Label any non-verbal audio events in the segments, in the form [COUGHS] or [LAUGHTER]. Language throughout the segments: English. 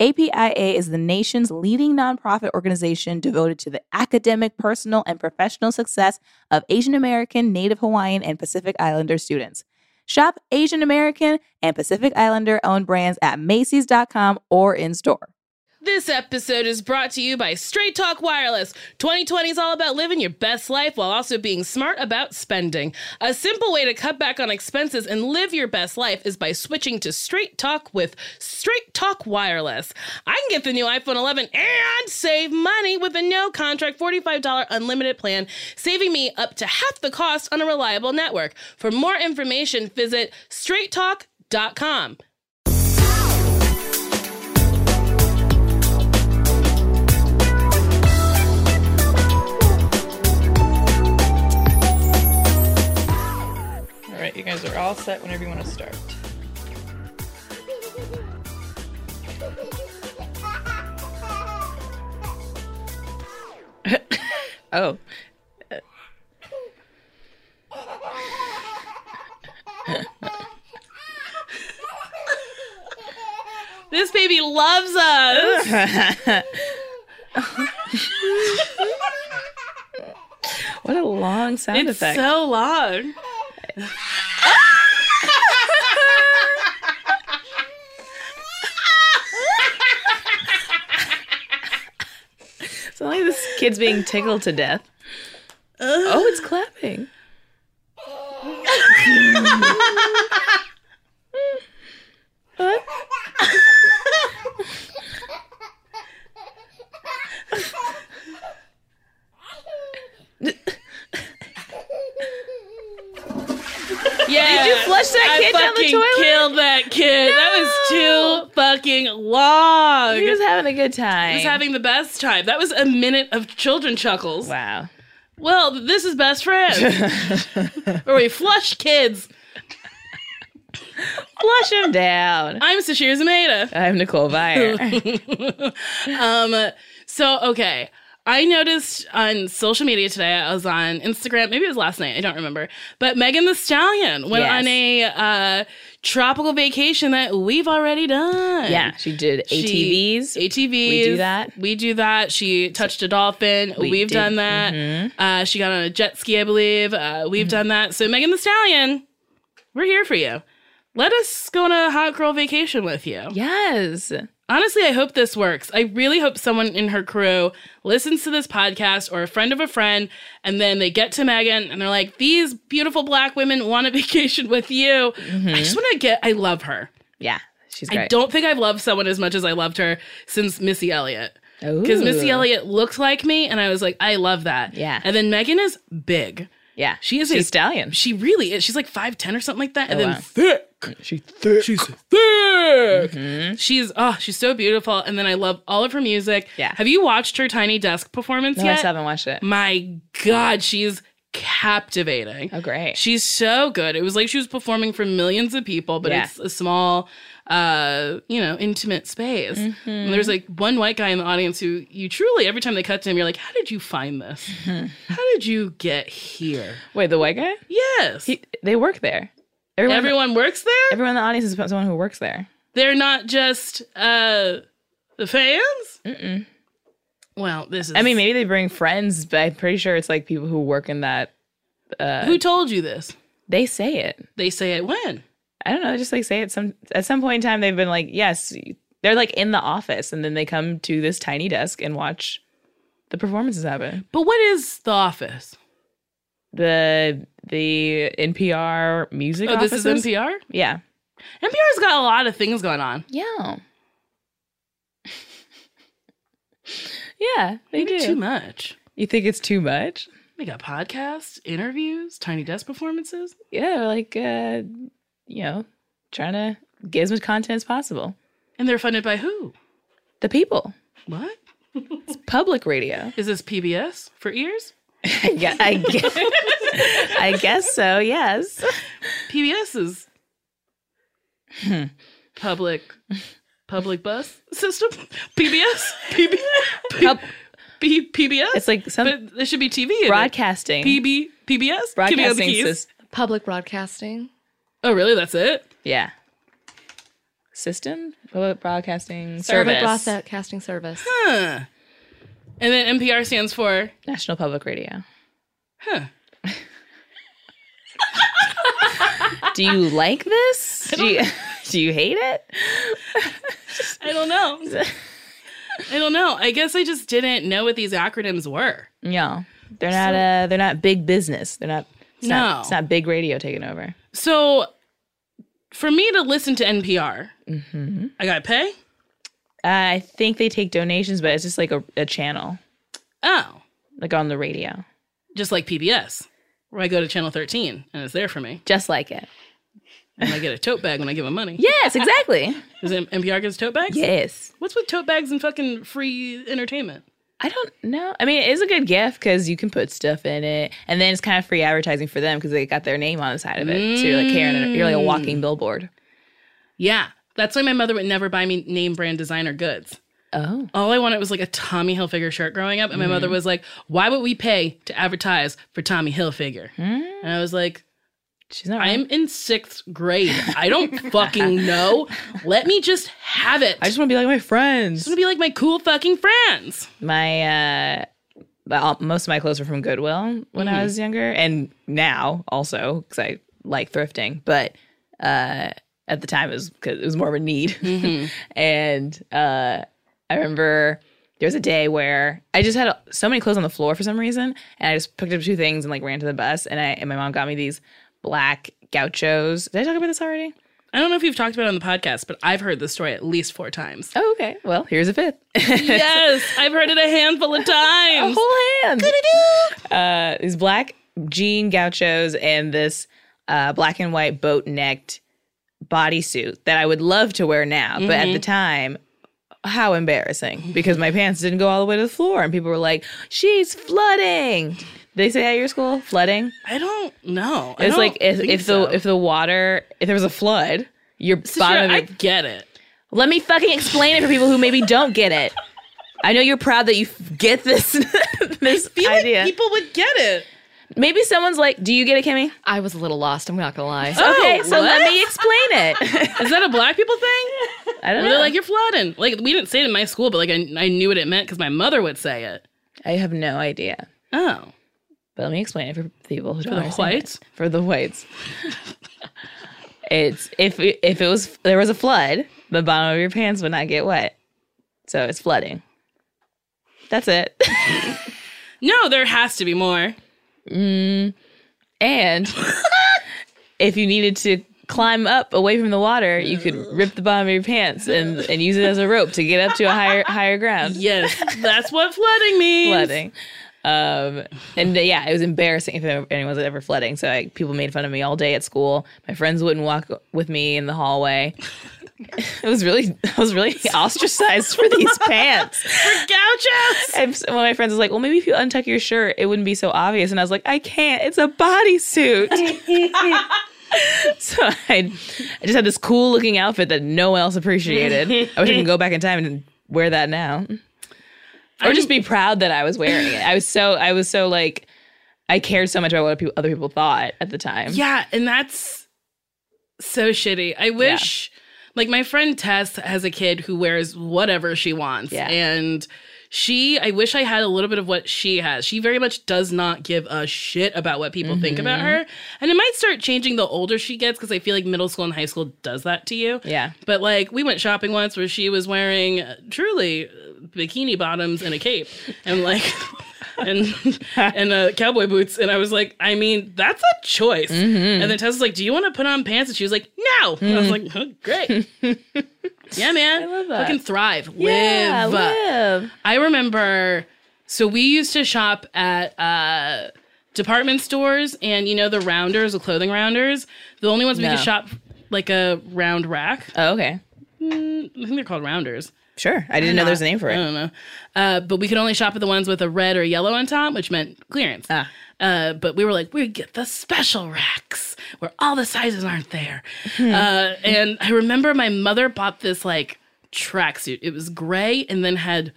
APIA is the nation's leading nonprofit organization devoted to the academic, personal, and professional success of Asian American, Native Hawaiian, and Pacific Islander students. Shop Asian American and Pacific Islander owned brands at Macy's.com or in store. This episode is brought to you by Straight Talk Wireless. 2020 is all about living your best life while also being smart about spending. A simple way to cut back on expenses and live your best life is by switching to Straight Talk with Straight Talk Wireless. I can get the new iPhone 11 and save money with a no contract $45 unlimited plan, saving me up to half the cost on a reliable network. For more information, visit straighttalk.com. All right, you guys are all set whenever you want to start. Oh. This baby loves us. what a long sound It's effect. so loud. it's not like this kid's being tickled to death. oh, it's clapping. Yeah. Did you Flush that I kid down the fucking toilet. killed that kid. That was too fucking long. He was having a good I time. was having the best time. That was a minute of children chuckles. wow. Well, this is best friends, [LAUGHS] where we flush kids. Flush him down. I'm Sashir Zameda. I'm Nicole Byer. [LAUGHS] Um, so okay. I noticed on social media today, I was on Instagram, maybe it was last night, I don't remember. But Megan the Stallion went Yes. on a uh, tropical vacation that we've already done. yeah, she did She- ATVs. ATVs. We do that. We do that. She touched a dolphin. We We have did- done Mm-hmm. that. Uh, she got on a jet ski, I believe. Uh, we've done that. So, Megan the Stallion, we're here for you. Let us go on a hot girl vacation with you. yes. Honestly, I hope this works. I really hope someone in her crew listens to this podcast or a friend of a friend, and then they get to Megan and they're like, These beautiful black women want a [LAUGHS] vacation with you. Mm-hmm. I just want to get, I love her. Yeah, she's I great. don't think I've loved someone as much as I loved her since Missy Elliott. Because Ooh. Missy Elliott looked like me, and I was like, I love that. Yeah. And then Megan is big. Yeah, She is she's a- stallion. She really is. She's like 5'10 or something like that. And Oh, then wow. thick. She thick. Mm-hmm. She's thick. She's, oh, she's so beautiful. And then I love all of her music. Yeah. Have you watched her Tiny Desk performance No, I yet? still haven't watched it. My God, she's captivating. Oh, great. She's so good. It was like she was performing for millions of people, but Yeah. it's a small, uh, you know, intimate space. Mm-hmm. And there's like one white guy in the audience who you truly, every time they cut to him, you're like, how did you find this? Mm-hmm. How did you get here? Wait, the white guy? Yes. He, they work there. Everyone, everyone, Everyone works there? in the audience is someone who works there. They're not just uh, the fans? Mm-mm. Well, this is. I mean, maybe they bring friends, but I'm pretty sure it's like people who work in that uh, Who told you this? they say it. They say it when? I don't know. Just like say it some at some point in time. They've been like, yes, they're like in the office, and then they come to this tiny desk and watch the performances happen. But what is The Office? The the NPR music. Oh, this is offices? NPR? Yeah, NPR's got a lot of things going on. yeah, [LAUGHS] yeah. They Maybe do. too much. you think it's too much? They got podcasts, interviews, tiny desk performances. Yeah, like uh, you know, trying to get as much content as possible. And they're funded by who? The people. What? It's public radio. Is this PBS for ears? I guess, I guess, [LAUGHS] I guess so. Yes. PBS is public public bus system. PBS. PB, Pub- P- PBS. It's like some but there should be TV. in it. broadcasting. PB PBS. Give me all the broadcasting keys. system. Public broadcasting. Oh, really? That's it. Yeah. System? Public broadcasting Public service. broadcasting service. Huh. And then NPR stands for National Public Radio. huh. [LAUGHS] Do you like this? Do you, [LAUGHS] do you hate it? [LAUGHS] I don't know. I don't know. I guess I just didn't know what these acronyms were. No. They're not uh they're not big business. They're not it's No. not it's not big radio taking over. So for me to listen to NPR, hmm I gotta pay? Uh, I think they take donations, but it's just like a, a channel, Oh. like on the radio. Just like PBS, where I go to channel thirteen and it's there for me. Just like it. And I get a tote bag when I give them money. [LAUGHS] Yes, exactly. Does it- NPR gives tote bags? yes. What's with tote bags and fucking free entertainment? I don't know. I mean, it is a good gift because you can put stuff in it, and then it's kind of free advertising for them because they got their name on the side of it. So you're like Karen, you're like a walking billboard. Yeah. That's why my mother would never buy me name brand designer goods. Oh, All I wanted was like a Tommy Hilfiger shirt growing up. And my mother was like, why would we pay to advertise for Tommy Hilfiger? And I was like, she's not. I'm Wrong. in sixth grade. [LAUGHS] I don't fucking know. Let me just have it. I just want to be like my It's friends. gonna be like my cool fucking friends. My uh, but all- most of my clothes were from Goodwill when I was younger, and now also because I like thrifting, but uh, at the time it was because it was more of a need. [LAUGHS] and uh, I remember there was a day where I just had so many clothes on the floor for some reason, and I just picked up two things and like ran to the bus, and I and my mom got me these black gauchos. Did I talk about this already? I don't know if you've talked about it on the podcast, but I've heard this story at least [LAUGHS] four times. Oh, okay. Well, here's a fifth. yes, I've heard it a handful of a times. whole hand. Uh, these black jean gauchos and this uh, black and white boat necked bodysuit that I would love to wear now, but at Mm-hmm. the time, how embarrassing because my pants didn't go all the way to the floor, and people were like, "She's flooding." Did they say that at your school? Flooding. I don't know. I It's don't like if, think if the so. if the water if there was a flood, your Sister, bottom. of I your, get it. Let me fucking explain it for people who maybe don't get it. I know you're proud that you f- get this [LAUGHS] this idea. People would get it. Maybe someone's like, "Do you get it, Kimmy?" I was a little lost. I'm not gonna [LAUGHS] lie. okay, so let Oh, what? me [LAUGHS] explain it. Is that a black [LAUGHS] people thing? I don't Where know. they're like, you're flooding. Like, we didn't say it in my school, but like, I, I knew what it meant because my mother would say it. I have no idea, Oh. but let me explain it for people who don't the understand it. whites? For the whites, it's if it- if it was there was a flood, the bottom of your pants would not get wet, so it's flooding. That's it. [LAUGHS] No, there has to be more. And if you needed to climb up away from the water, you could rip the bottom of your pants and, and use it as a rope to get up to a higher higher ground. Yes, that's what flooding means. Flooding. Um, and uh, yeah, it was embarrassing if there- anyone was ever flooding. So I, people made fun of me all day at school. My friends wouldn't walk with me in the hallway. [LAUGHS] it was really, I was really ostracized for these pants. Gauchos. And s- one of my friends was like, "Well, maybe if you untuck your shirt, it wouldn't be so obvious." And I was like, "I can't. It's a bodysuit." [LAUGHS] so I, I just had this cool looking outfit that no one else appreciated. I wish I could go back in time and wear that now, or just be proud that I was wearing it. I was so I was so like I cared so much about what peop other people thought at the time. Yeah, and that's so shitty. I wish, like, my friend Tess has a kid who wears whatever she wants, Yeah. and she, I wish I had a little bit of what she has. She very much does not give a shit about what people think about her. And it might start changing the older she gets because I feel like middle school and high school does that to you. Yeah. But like we went shopping once where she was wearing uh, truly uh, bikini bottoms and a cape and like [LAUGHS] and and uh, cowboy boots and I was like, I mean, that's a choice. And then Tessa's like, Do you want to put on pants? And she was like, No. I was like, oh, Great. yeah, man. I love that. Fucking thrive, Yeah, live. live. I remember. So we used to shop at. uh department stores and you know the rounders the clothing rounders the only ones we could No. shop like a round rack Oh, okay. I think they're called rounders. Sure. I didn't know there's a name for I it. don't know. Uh, but we could only shop at the ones with a red or yellow on top, which meant clearance. Ah. Uh, but we were like, we get the special racks where all the sizes aren't there. Hmm. uh, and I remember my mother bought this like tracksuit. It was gray and then had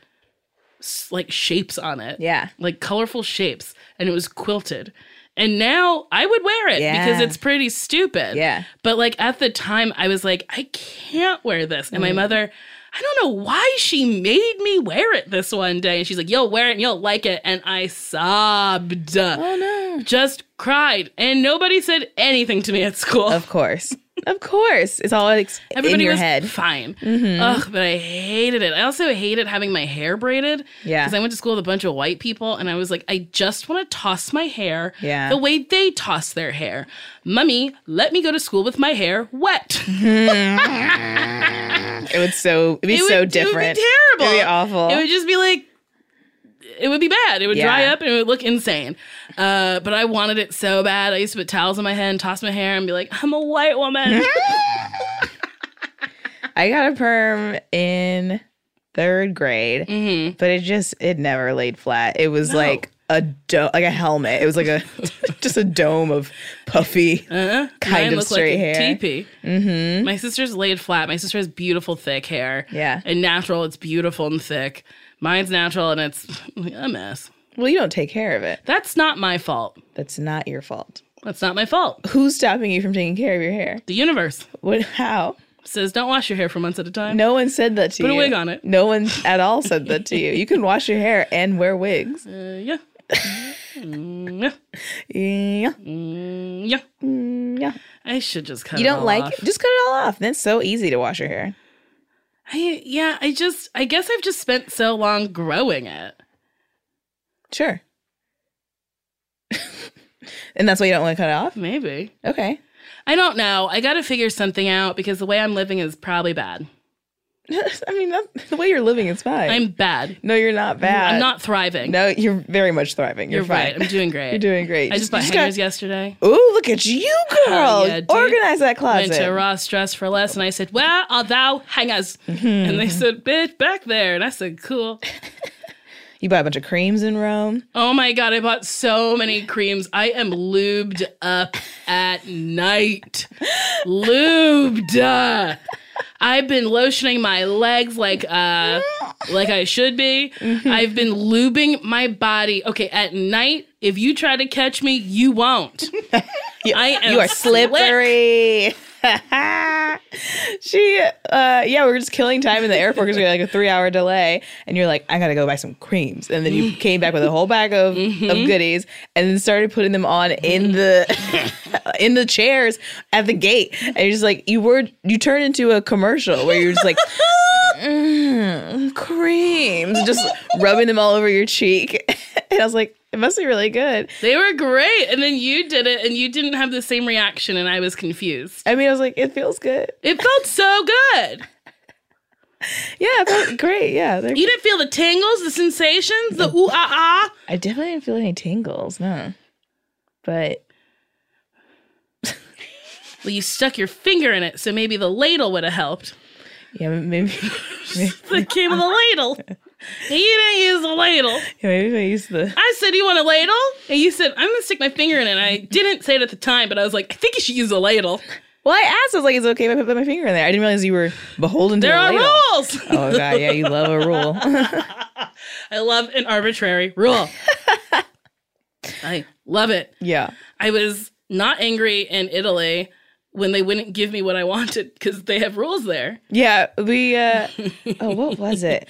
s- like shapes on it. Yeah. Like colorful shapes. And it was quilted. And now I would wear it because Yeah. it's pretty stupid. Yeah. But like at the time, I was like, I can't wear this. And Mm. my mother, I don't know why she made me wear it this one day. And she's like, You'll wear it and you'll like it. And I sobbed. Oh no. Just cried. And nobody said anything to me at school. Of course. of course. It's all like, [LAUGHS] in Everybody your was head. Mm-hmm. fine. Ugh, but I hated it. I also hated having my hair braided. Yeah. Because I went to school with a bunch of white people and I was like, I just want to toss my hair Yeah. the way they toss their hair. Mummy, let me go to school with my hair wet. It would so it'd be would- so would be different. terrible. It'd be awful. It would just be like it would be bad. It would dry Yeah. up and it would look insane. Uh, but I wanted it so bad. I used to put towels on my head and toss my hair and be like, I'm a white [LAUGHS] woman. Uh-huh. I got a perm in third grade, Mhm. but it just it never laid flat. It was like a do- like a helmet. It was like a [LAUGHS] just a dome of puffy. Uh-huh. Kind Mine of looked straight like a hair. Teepee. Mm-hmm. My sister's laid flat. My sister has beautiful thick hair. Yeah. And natural, it's beautiful and thick. Mine's natural and it's a mess. Well, you don't take care of it. That's not my fault. That's not your fault. That's not my fault. Who's stopping you from taking care of your hair? The universe What? How? says don't wash your hair for months at a time. No one said that to Put a you. wig on it. No one at all said that to you. You can wash your hair and wear wigs. Uh, yeah. Mm, yeah. Yeah, Mm, yeah. yeah. I should just cut. You it don't all like off. it? Just cut it all off. That's so easy to wash your hair. I yeah. I just. I guess I've just spent so long growing it. Sure. [LAUGHS] and that's why you don't want to cut it off? Maybe Okay. [LAUGHS] I don't know. I got to figure something out because the way I'm living is probably bad. I mean, that's, [LAUGHS] the way you're living is fine. I'm bad. no, you're not bad. I'm not thriving. No, you're very much thriving. You're, you're fine. right. I'm doing great. [LAUGHS] You're doing great. I just bought got- hangers yesterday. Ooh, look at you, girl. Oh, yeah, dude. Organize that Went to closet. Ross Dress for Less, and I said, "Where are thou hangers?" Mm-hmm, And they said, "Bitch, back there." And I said, "Cool." you bought a bunch of creams in Rome. Oh my god, I bought so many creams. I am lubed up at night. Lubed. I've been lotioning my legs like uh like I should be. Mm-hmm. I've been lubing my body. Okay, at night, if you try to catch me, you won't. I am [LAUGHS] You are slick. slippery. [LAUGHS] she, uh, yeah, we were just killing time in the airport because we had like a three hour delay. And you're like, I gotta go buy some creams. And then you came back with a whole bag of, of goodies and then started putting them on in the [LAUGHS] in the chairs at the gate. And you're just like, you were, you turned into a commercial where you're just like, "Mm, creams, just rubbing them all over your cheek. [LAUGHS] and I was like, it must be really good. They were great. And then you did it and you didn't have the same reaction and I was confused. I mean, I was like, it feels good. It felt so good. Yeah, it felt great. Yeah, they're- You didn't feel the tingles, the sensations, [LAUGHS] the ooh ah ah. I definitely didn't feel any tingles, no. But Well, you stuck your finger in it, so maybe the ladle would have helped. yeah, maybe [LAUGHS] maybe, It came with a [LAUGHS] ladle. And you didn't use the ladle. maybe if I use the I said, You want a ladle? And you said, I'm going to stick my finger in it. And I didn't say it at the time, but I was like, I think you should use a ladle. well, I asked. I was like, "Is it okay if I put my finger in there?" I didn't realize you were beholden to There a are ladle. rules. Oh god, yeah, you love a rule. [LAUGHS] [LAUGHS] I love an arbitrary rule. I love it. yeah, I was not angry in Italy. when they wouldn't give me what I wanted because they have rules there. Yeah, we. uh Oh, what was it?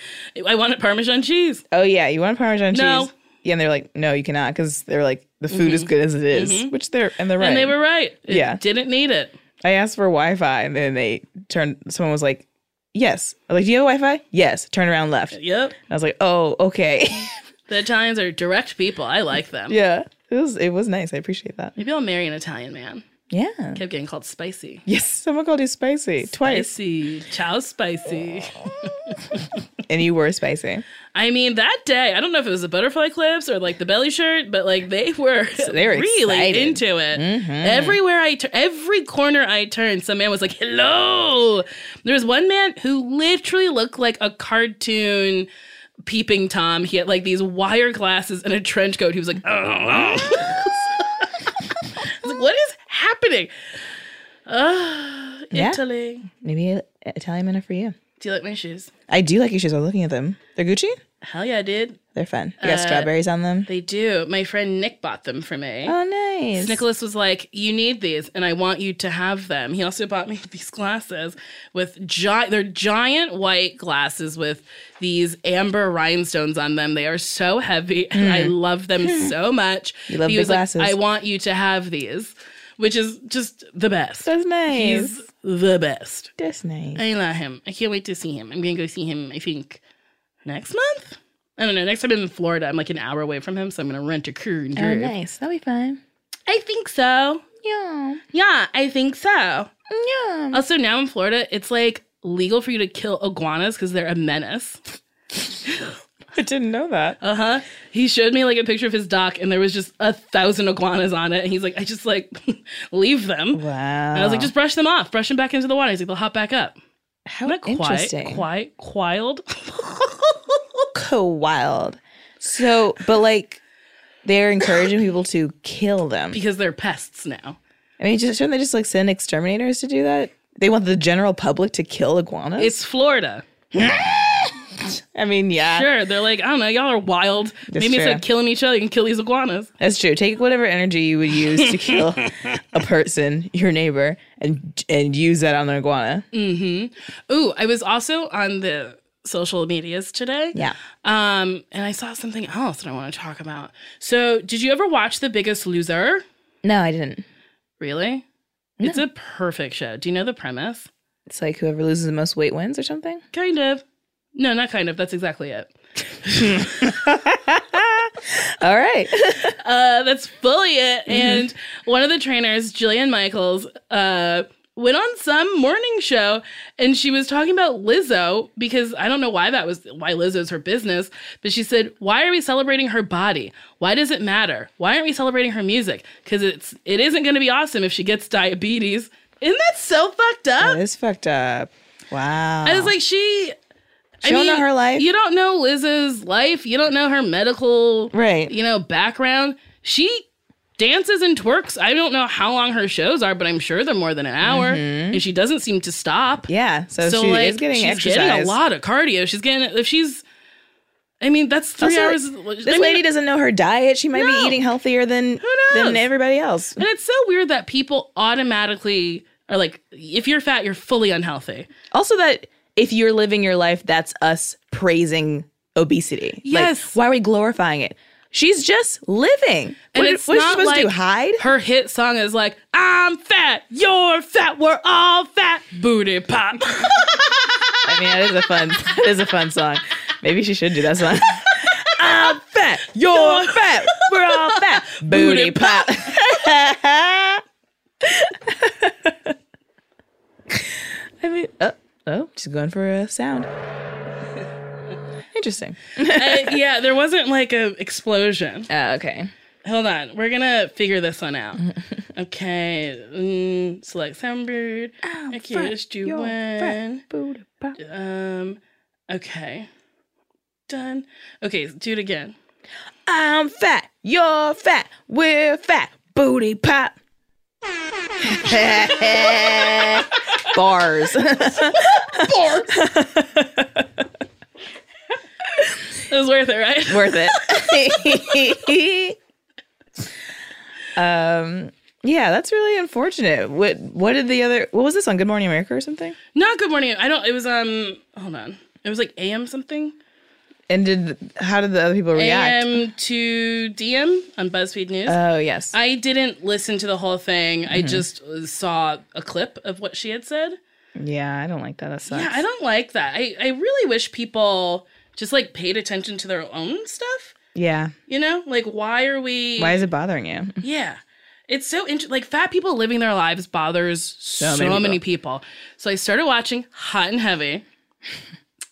I wanted Parmesan cheese. Oh yeah, you want Parmesan No. Mm-hmm. cheese? Yeah, and they're like, no, you cannot, because they're like, the food is good as it is, which they're and they're right. And they were right. It Yeah. Didn't need it. I asked for Wi-Fi, and then they turned. Someone was like, yes. I'm like, do you have Wi-Fi? Yes. Turn around left. Yep. I was like, oh, okay. [LAUGHS] The Italians are direct people. I like them. yeah, it was it was nice. I appreciate that. Maybe I'll marry an Italian man. Yeah. Kept getting called spicy. Yes, someone called you spicy twice, Spicy. Chow spicy. and you were spicy. I mean, that day, I don't know if it was the butterfly clips or like the belly shirt, but like they [LAUGHS] were they were really excited. Mm-hmm. into it. Everywhere I turn, every corner I turned, some man was like, hello. There was one man who literally looked like a cartoon peeping Tom. He had like these wire glasses and a trench coat. He was like, oh, [LAUGHS] I was like, what is happening? Ah, Yeah. Italy. Maybe Italian men are for you. Do you like my shoes? I do like your shoes. I was looking at them. They're Gucci. Hell yeah, I did. They're fun. You got Uh, strawberries on them. They do. My friend Nick bought them for me. Oh, nice. Nicholas was like, "You need these, and I want you to have them." He also bought me [LAUGHS] these glasses with gi- they're giant white glasses with these amber rhinestones on them. They are so heavy, [LAUGHS] and I love [LAUGHS] them so much. Mm. You love he big was like, glasses. I want you to have these, which is just the best. That's nice. He's the best. That's nice. I love him. I can't wait to see him. I'm gonna go see him. I think next month. I don't know. Next time I'm in Florida, I'm like an hour away from him, so I'm gonna rent a crew and drive. Oh, nice. That'll be fun. I think so. Yeah. Yeah, I think so. Yeah. Also, now in Florida, it's like legal for you to kill iguanas because they're a menace. I didn't know that. Uh huh. He showed me like a picture of his dock, and there was just a thousand iguanas on it, and he's like, I just like [LAUGHS] leave them. Wow. And I was like, just brush them off, brush them back into the water. He's like, they'll hop back up. how What a quiet, interesting. quiet, wild. [LAUGHS] wild. So, but like, they're encouraging people to kill them. because they're pests now. I mean, just, shouldn't they just like send exterminators to do that? They want the general public to kill iguanas. It's Florida. I mean, yeah, Sure, they're like, I don't know, y'all are wild. Maybe true. instead of killing each other, you can kill these iguanas. that's true. Take whatever energy you would use [LAUGHS] to kill a person, your neighbor, and and use that on an iguana. Mm-hmm. Ooh, I was also on the social medias today. Yeah. Um, and I saw something else that I want to talk about. So, did you ever watch The Biggest Loser? No, I didn't. Really? It's a perfect show. Do you know the premise? It's like whoever loses the most weight wins or something. Kind of. No, not kind of. That's exactly it. [LAUGHS] All right. Uh, that's fully [LAUGHS] it. Mm-hmm. And one of the trainers, Jillian Michaels, uh, went on some morning show and she was talking about Lizzo because I don't know why that was why Lizzo's her business, but she said, "Why are we celebrating her body? Why does it matter? Why aren't we celebrating her music? Because it's it isn't going to be awesome if she gets diabetes." Isn't that so fucked up? that is fucked up. Wow. I was like, she. I She don't know her life. You don't know Liz's life. You don't know her medical, Right. You know background. She dances and twerks. I don't know how long her shows are, but I'm sure they're more than an hour. And she doesn't seem to stop. Mm-hmm. yeah. So, So she like, is getting she's exercise. getting a lot of cardio. She's getting if she's. I mean, that's three Also, hours. This I mean, lady doesn't know her diet. She might No. be eating healthier than than knows? everybody else. and it's so weird that people automatically are like, if you're fat, you're fully unhealthy. Also, that if you're living your life, that's us praising obesity. Like, Yes. why are we glorifying it? She's just living. And what, it's what's she not supposed like to do? Hide? Her hit song is like, "I'm fat, you're fat, we're all fat." Booty [LAUGHS] pop. Uh, I mean, that is a fun. that is a fun song. Maybe she should do that [LAUGHS] song. I'm fat. You're fat. [LAUGHS] We're all fat. Booty pop. [LAUGHS] I mean, oh, oh, she's going for [LAUGHS] a sound. Interesting. Uh, yeah, there wasn't like a explosion. Uh, okay. Hold on, we're gonna figure this one out. okay, mm, select soundbird. I kissed you when. Booty pop. Um, okay, done. Okay, do it again. I'm fat. You're fat. We're fat. Booty pop. [LAUGHS] Bars. [LAUGHS] It was worth it, right? Worth it. [LAUGHS] um, Yeah, that's really unfortunate. What what did the other what was this on Good Morning America or something? [LAUGHS] Not Good Morning. I don't. It was um. Hold on. It was like AM something. And did how did the other people react? AM to DM on BuzzFeed News. oh yes. I didn't listen to the whole thing. I just saw a clip of what she had said. yeah, I don't like that. That sucks. Yeah, I don't like that. I, I really wish people just like paid attention to their own stuff. yeah. You know, like why are we? Why is it bothering you? Yeah. It's so interesting. Like, fat people living their lives bothers so, many many, people. So I started watching Hot and Heavy,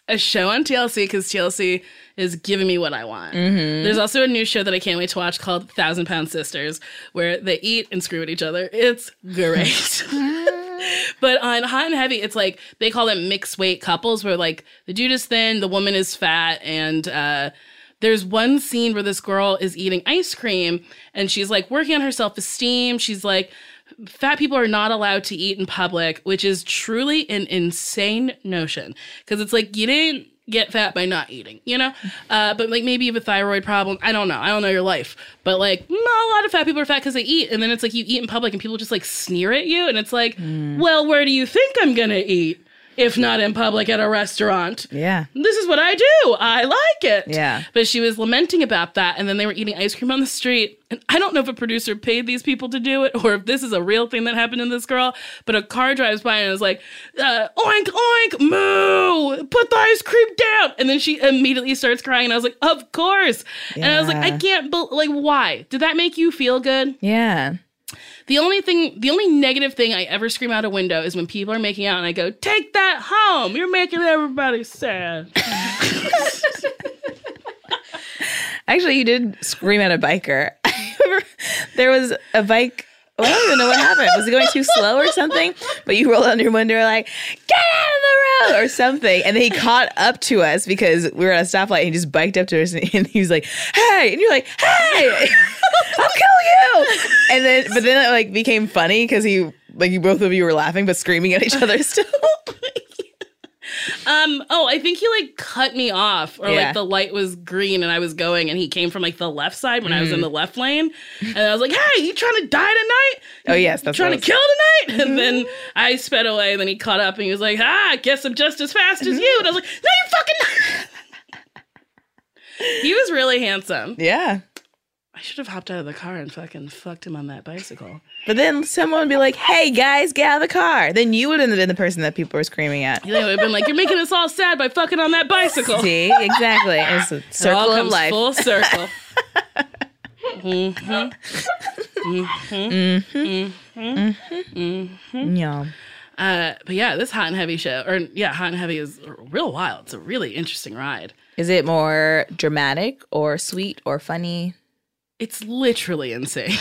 a show on TLC, because TLC is giving me what I want. There's also a new show that I can't wait to watch called Thousand Pound Sisters, where they eat and screw at each other. It's great. But on Hot and Heavy, it's like they call them mixed weight couples, where like the dude is thin, the woman is fat, and uh, there's one scene where this girl is eating ice cream and she's like working on her self esteem. She's like, fat people are not allowed to eat in public, which is truly an insane notion because it's like you didn't get fat by not eating, you know? Uh, but like maybe you have a thyroid problem. I don't know. I don't know your life. But like mm, a lot of fat people are fat because they eat. And then it's like you eat in public and people just like sneer at you. And it's like, well, where do you think I'm going to eat? If not in public at a restaurant Yeah. this is what I do. I like it. Yeah. But she was lamenting about that. And then they were eating ice cream on the street. And I don't know if a producer paid these people to do it or if this is a real thing that happened to this girl. But a car drives by and is like, uh, oink, oink, moo, put the ice cream down. And then she immediately starts crying. And I was like, of course. And I was like, Yeah. I can't, bel like, why? Did that make you feel good? Yeah. The only thing, the only negative thing I ever scream out a window is when people are making out and I go, take that home. You're making everybody sad. Actually, you did scream at a biker. [LAUGHS] there was a bike. Well, I don't even know what happened. Was it going too slow or something? But you rolled down your window like, get out of the road or something. And then he caught up to us because we were at a stoplight and he just biked up to us and he was like, hey. And you're like, hey, [LAUGHS] I'll kill you. And then, but then it like became funny because he, like, you both of you were laughing but screaming at each other still. [LAUGHS] Um. Oh, I think he like cut me off, or Yeah. like the light was green and I was going, and he came from like the left side when I Mm-hmm. was in the left lane, and I was like, "Hey, you trying to die tonight? oh, yes. You [LAUGHS] That's trying what to it kill was. [LAUGHS] tonight?" And then I sped away. And then he caught up, and he was like, "Ah, I guess I'm just as fast as you." And I was like, "No, you fucking." [LAUGHS] not." he was really handsome. Yeah. I should have hopped out of the car and fucking fucked him on that bicycle. But then someone would be like, "Hey guys, get out of the car." Then you would have been the person that people were screaming at. They would have been like, "You're making us all sad by fucking on that bicycle." See, exactly. It's a [LAUGHS] It all circle of comes life. [LAUGHS] Full circle. Yeah. Uh, but yeah, this hot and heavy show, or yeah, hot and heavy is real wild. It's a really interesting ride. Is it more dramatic or sweet or funny? It's literally insane.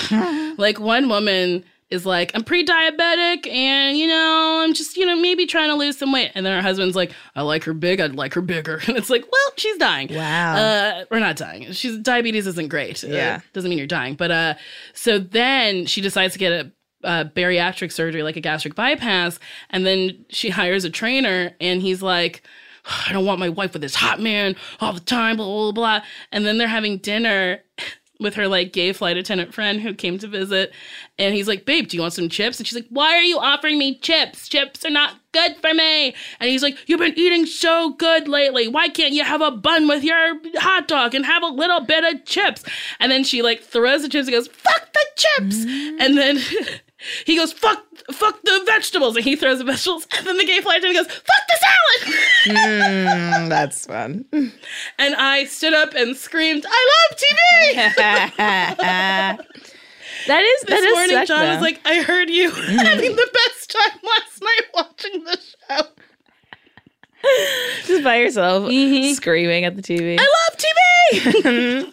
like one woman is like, "I'm pre-diabetic, and you know, I'm just you know maybe trying to lose some weight," and then her husband's like, "I like her big. I'd like her bigger," [LAUGHS] and it's like, "Well, she's dying." Wow. Uh, we're not dying. She's diabetes isn't great. Yeah. Uh, doesn't mean you're dying. But uh, so then she decides to get a, uh bariatric surgery, like a gastric bypass, and then she hires a trainer, and he's like. I don't want my wife with this hot man all the time, blah, blah, blah. blah." And then they're having dinner [LAUGHS] with her like gay flight attendant friend who came to visit. And he's like, Babe, do you want some chips? And she's like, Why are you offering me chips? Chips are not good for me. And he's like, You've been eating so good lately. Why can't you have a bun with your hot dog and have a little bit of chips? And then she like throws the chips and goes, Fuck the chips. Mm-hmm. And then [LAUGHS] he goes, Fuck fuck the vegetables. And he throws the vegetables. And then the gay flight attendant goes, Fuck the salad. Mm, that's fun. [LAUGHS] [LAUGHS] and I stood up and screamed, I love TV. that is [LAUGHS] this that is morning, such Mm. John though. was like, "I heard you [LAUGHS] having the best time last night watching the show." just by yourself Mm-hmm. screaming at the TV. I love TV.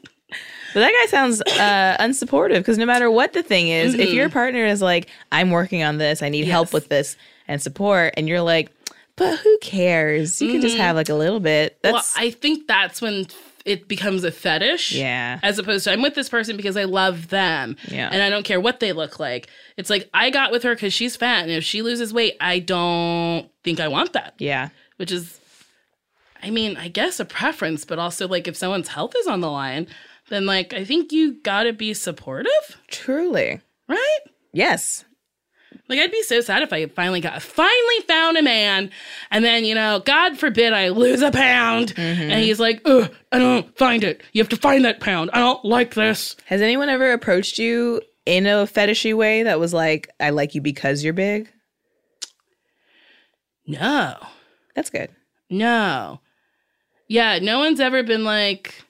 But that guy sounds uh, unsupportive because no matter what the thing is, if Mm-hmm. your partner is like, I'm working on this, I need help with this and support, and you're like, but who cares? You can just have like a little bit. Mm-hmm. well, That's I think that's when it becomes a fetish. yeah. As opposed to, I'm with this person because I love them. Yeah. And I don't care what they look like. It's like, I got with her because she's fat. And if she loses weight, I don't think I want that, yeah. which is, I mean, I guess a preference, but also like if someone's health is on the line, then like I think you gotta be supportive, Truly. right? Yes. Like I'd be so sad if I finally got finally found a man, and then you know, God forbid I lose a pound, and he's like, Ugh, I don't find it. You have to find that pound. I don't like this. Has anyone ever approached you in a fetishy way that was like, I like you because you're big? No, That's good. no, yeah. No one's ever been like,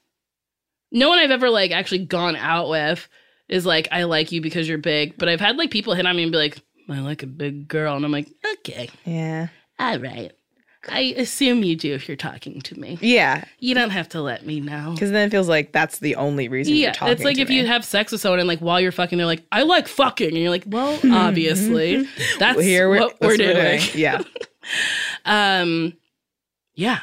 no one I've ever like actually gone out with is like, I like you because you're big. But I've had like people hit on me and be like, I like a big girl, and I'm like, okay, Yeah. all right. I assume you do if you're talking to me. Yeah. You don't have to let me know. Because then it feels like that's the only reason you're Yeah, talking it's like to if me. you have sex with someone and like while you're fucking, they're like, "I like fucking," and you're like, [LAUGHS] "Well, obviously, that's Mm-hmm. Here we're, what we're that's doing." [LAUGHS] Yeah. Um, yeah.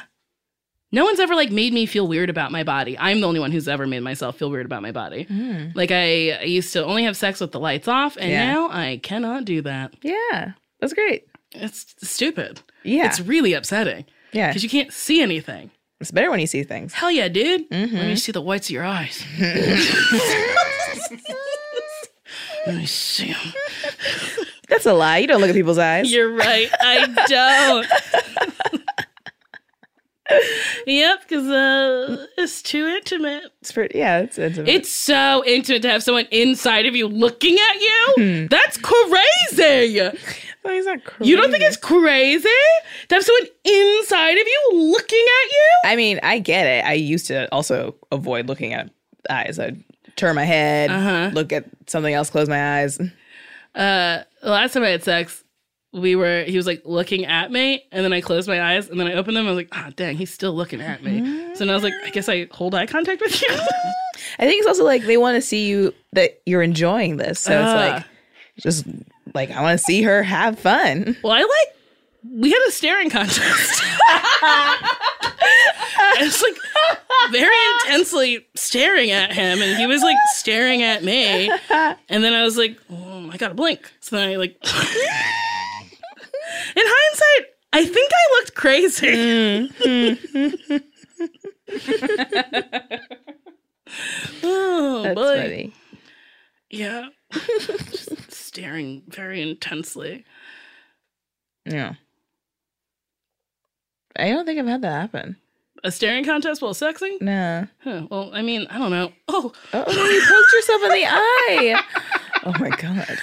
No one's ever like made me feel weird about my body. I'm the only one who's ever made myself feel weird about my body. Like I, I used to only have sex with the lights off, and Mm-hmm. Yeah. now I cannot do that. Yeah. That's great. It's stupid. Yeah. It's really upsetting yeah. because you can't see anything. It's better when you see things. Hell yeah, dude. Let me Mhm. see the whites of your [LAUGHS] eyes. Let me see 'em. That's a lie. You don't look at people's eyes. You're right. I don't. yep, because uh, it's too intimate. it's for, yeah. It's, it's, a- It's so intimate to have someone inside of you looking at you. That's crazy. I mean, it's not crazy. You don't think it's crazy to have someone inside of you looking at you? I mean, I get it. I used to also avoid looking at eyes. I'd turn my head, Uh-huh. look at something else, close my eyes. Uh, the last time I had sex, we were he was like looking at me, and then I closed my eyes, and then I opened them. I was like, ah, dang, he's still looking at me. So now I was like, I guess I hold eye contact with you. [LAUGHS] I think it's also like they want to see you that you're enjoying this. So it's Ah. like just like I want to see her have fun. Well, I like we had a staring contest. [LAUGHS] I was like very intensely staring at him, and he was like staring at me. And then I was like, oh, I gotta blink. So then I like, [LAUGHS] in hindsight, I think I looked crazy. [LAUGHS] oh, That's boy. funny. Yeah. Just staring very intensely. Yeah. I don't think I've had that happen. A staring contest while sexing? No. Huh, well, I mean, I don't know. [LAUGHS] Oh, Oh, no, you poked yourself in the eye. Oh my god.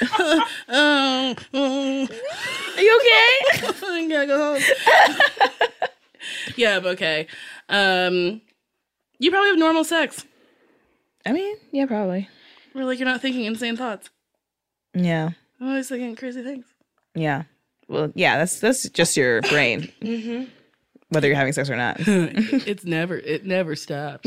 um, mm, [LAUGHS] Are you okay? I gotta go home. yeah, I'm okay. Um, you probably have normal sex. I mean, yeah, probably. Where like you're not thinking insane thoughts. Yeah. I'm always thinking crazy things. Yeah. Well, yeah, that's that's just your brain. Mm-hmm. Whether you're having sex or not. [LAUGHS] it's never, it never stops.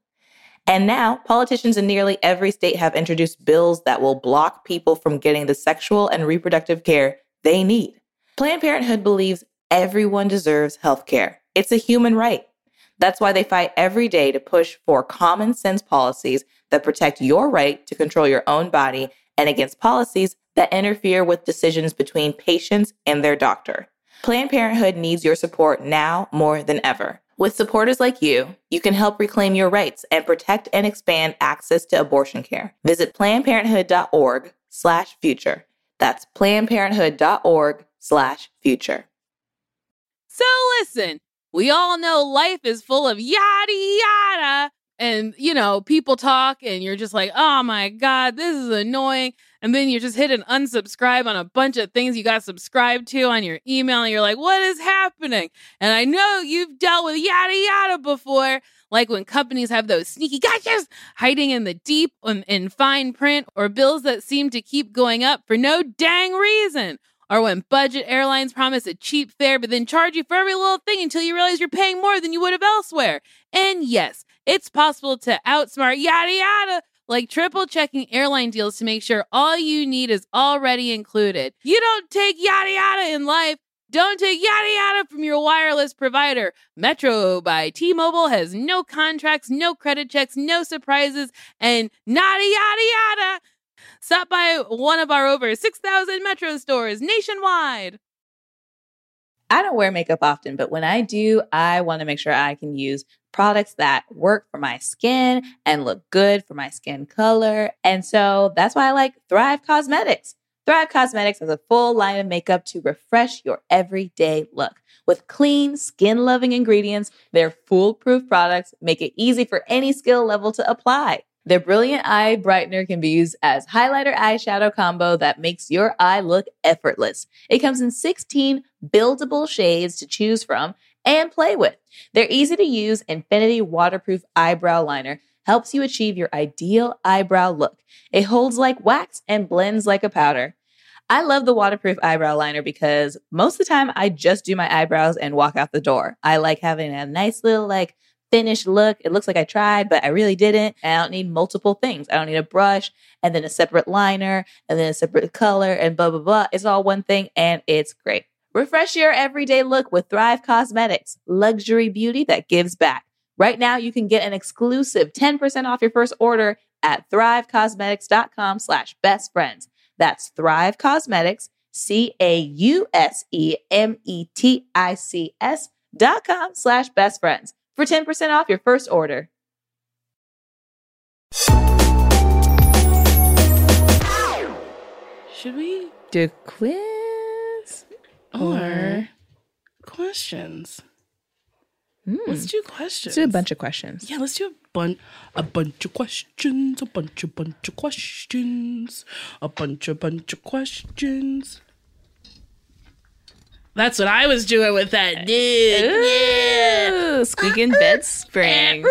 And now, politicians in nearly every state have introduced bills that will block people from getting the sexual and reproductive care they need. Planned Parenthood believes everyone deserves health care, it's a human right. That's why they fight every day to push for common sense policies that protect your right to control your own body and against policies that interfere with decisions between patients and their doctor. Planned Parenthood needs your support now more than ever. With supporters like you, you can help reclaim your rights and protect and expand access to abortion care. Visit plannedparenthood.org slash future. That's plannedparenthood.org slash future. So listen, we all know life is full of yada yada. And, you know, people talk and you're just like, oh my God, this is annoying. And then you just hit an unsubscribe on a bunch of things you got subscribed to on your email. And you're like, what is happening? And I know you've dealt with yada yada before, like when companies have those sneaky gotchas hiding in the deep and in fine print or bills that seem to keep going up for no dang reason or when budget airlines promise a cheap fare but then charge you for every little thing until you realize you're paying more than you would have elsewhere. And yes, it's possible to outsmart yada yada like triple checking airline deals to make sure all you need is already included. You don't take yada yada in life. Don't take yada yada from your wireless provider. Metro by T Mobile has no contracts, no credit checks, no surprises, and nada yada yada. Stop by one of our over 6,000 Metro stores nationwide. I don't wear makeup often, but when I do, I want to make sure I can use products that work for my skin and look good for my skin color. And so that's why I like Thrive Cosmetics. Thrive Cosmetics has a full line of makeup to refresh your everyday look. With clean, skin loving ingredients, their foolproof products make it easy for any skill level to apply. Their brilliant eye brightener can be used as highlighter eyeshadow combo that makes your eye look effortless. It comes in 16 buildable shades to choose from and play with. Their easy to use Infinity waterproof eyebrow liner helps you achieve your ideal eyebrow look. It holds like wax and blends like a powder. I love the waterproof eyebrow liner because most of the time I just do my eyebrows and walk out the door. I like having a nice little like finished look. It looks like I tried, but I really didn't. And I don't need multiple things. I don't need a brush and then a separate liner and then a separate color and blah, blah, blah. It's all one thing and it's great. Refresh your everyday look with Thrive Cosmetics, luxury beauty that gives back. Right now, you can get an exclusive 10% off your first order at thrivecosmetics.com slash best friends. That's Thrive Cosmetics, E C-A-U-S-E-M-E-T-I-C-S dot com slash best friends for 10% off your first order. Should we? Do quiz. Or questions? Let's do questions. Hmm. Let's do a bunch of questions. Yeah, let's do a bunch, a bunch of questions, a bunch, a bunch of questions, a bunch, a bunch of questions. That's what I was doing with Uh, that dude. Ooh, squeaking bed springs.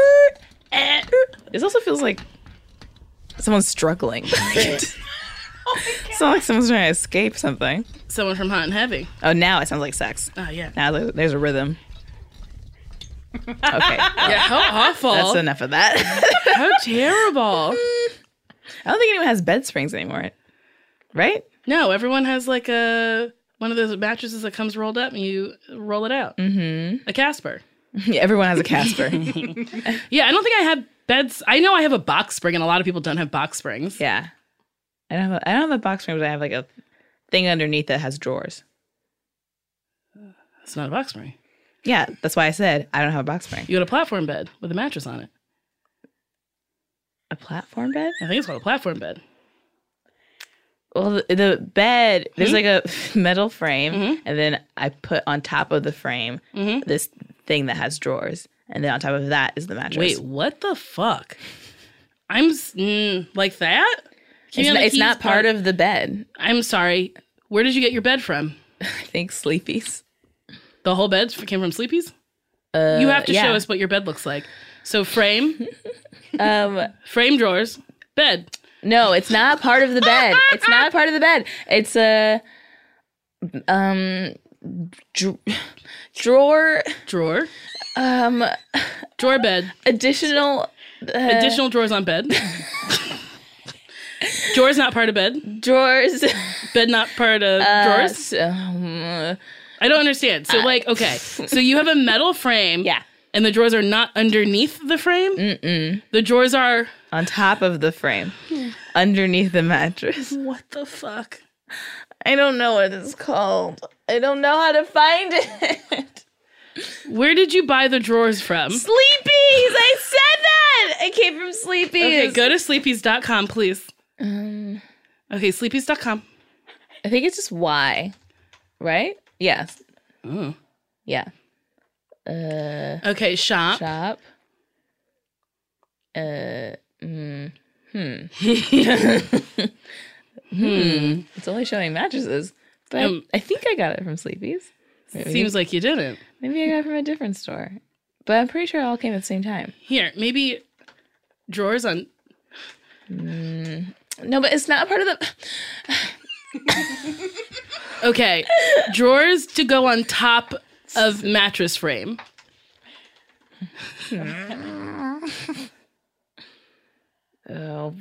Yeah. This also feels like someone's struggling. It's not like someone's trying to escape something. [LAUGHS] Someone from Hot and Heavy. Oh, now it sounds like sex. Oh yeah. Now there- there's a rhythm. Okay, Yeah. [LAUGHS] How awful. that's enough of that. [LAUGHS] how terrible. I don't think anyone has bed springs anymore, right? No, everyone has like a one of those mattresses that comes rolled up and you roll it Mm. out. Mm-hmm. A Casper. Yeah, everyone has a Casper. Yeah, I don't think I have beds. I know I have a box spring, and a lot of people don't have box springs. yeah, I don't. Have a, I don't have a box spring, but I have like a thing underneath that has drawers. It's not a box spring. Yeah, that's why I said I don't have a box spring. You got a platform bed with a mattress on it. A platform bed? I think it's called a platform bed. Well, the, the bed there's like a [LAUGHS] metal frame, and then I put on top of the frame this thing that has drawers, and then on top of that is the mattress. Wait, what the fuck? I'm s- mm, like that. Keeping it's, on not, the it's not keys part of the bed. [LAUGHS] I'm sorry. Where did you get your bed from? I think Sleepy's. The whole bed f- came from Sleepy's. Uh, You have to yeah. show us what your bed looks like. So [LAUGHS] frame, Um, frame drawers, bed. no, it's not part of the bed. it's not part of the bed. It's a um dr- drawer drawer, um drawer bed, additional uh, additional drawers on [LAUGHS] bed. drawers not part of bed. drawers [LAUGHS] Bed not part of drawers. drawers. uh, I don't understand. So like, [LAUGHS] okay, so you have a metal frame. yeah. And the drawers are not underneath the frame. Mm-mm. The drawers are. on top of the frame, underneath the [LAUGHS] mattress. What the fuck? I don't know what it's called. I don't know how to find it. [LAUGHS] Where did you buy the drawers from? Sleepy's. I said that. It came from Sleepy's. Okay, go to sleepies.com, please. Um, okay, sleepies.com. I think it's just Y, right? Yes. Oh. Yeah. Okay, shop. [LAUGHS] Shop. Uh. Mm, hmm. hmm. It's only showing mattresses, but Um, I think I got it from Sleepy's. Seems like you didn't. Maybe I got it from a different store. But I'm pretty sure it all came at the same time. Here, maybe drawers on. No, but it's not part of the. [SIGHS] Okay, drawers to go on top of mattress frame. Oh,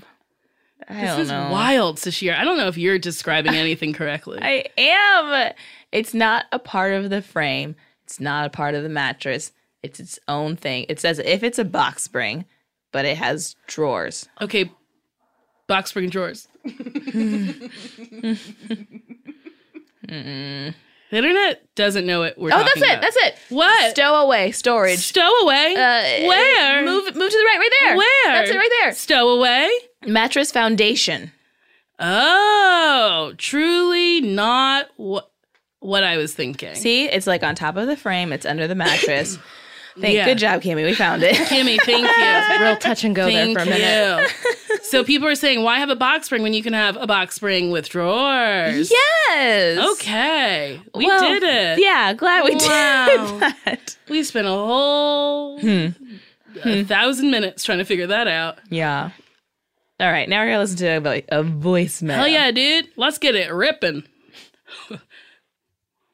I This don't is know. wild, Sashir. I don't know if you're [LAUGHS] describing anything correctly. I am. It's not a part of the frame. It's not a part of the mattress. It's its own thing. It says if it's a box spring, but it has drawers. okay, box spring [LAUGHS] drawers. The internet doesn't know it. We're Oh, that's talking it. about. That's it. What? Stowaway storage. Stowaway. Uh, Where? Move move to the right, right there. Where? That's it right there. Stowaway. Mattress foundation. Oh, truly not what what I was thinking. See, it's like on top of the frame. It's under [COUGHS] the mattress. Thank Yeah. good job, Kimmy. We found [LAUGHS] it. Kimmy, thank you. Real touch and go Thank there for a minute. you. so people are saying, why have a box spring when you can have a box spring with drawers? yes. Okay, we Well, did it. Yeah, glad we Wow. [LAUGHS] did that. We spent a whole Hmm. a thousand minutes trying to figure that out. Yeah. All right, now we're gonna listen to a, vo- a voicemail. Hell yeah, dude. Let's get it ripping.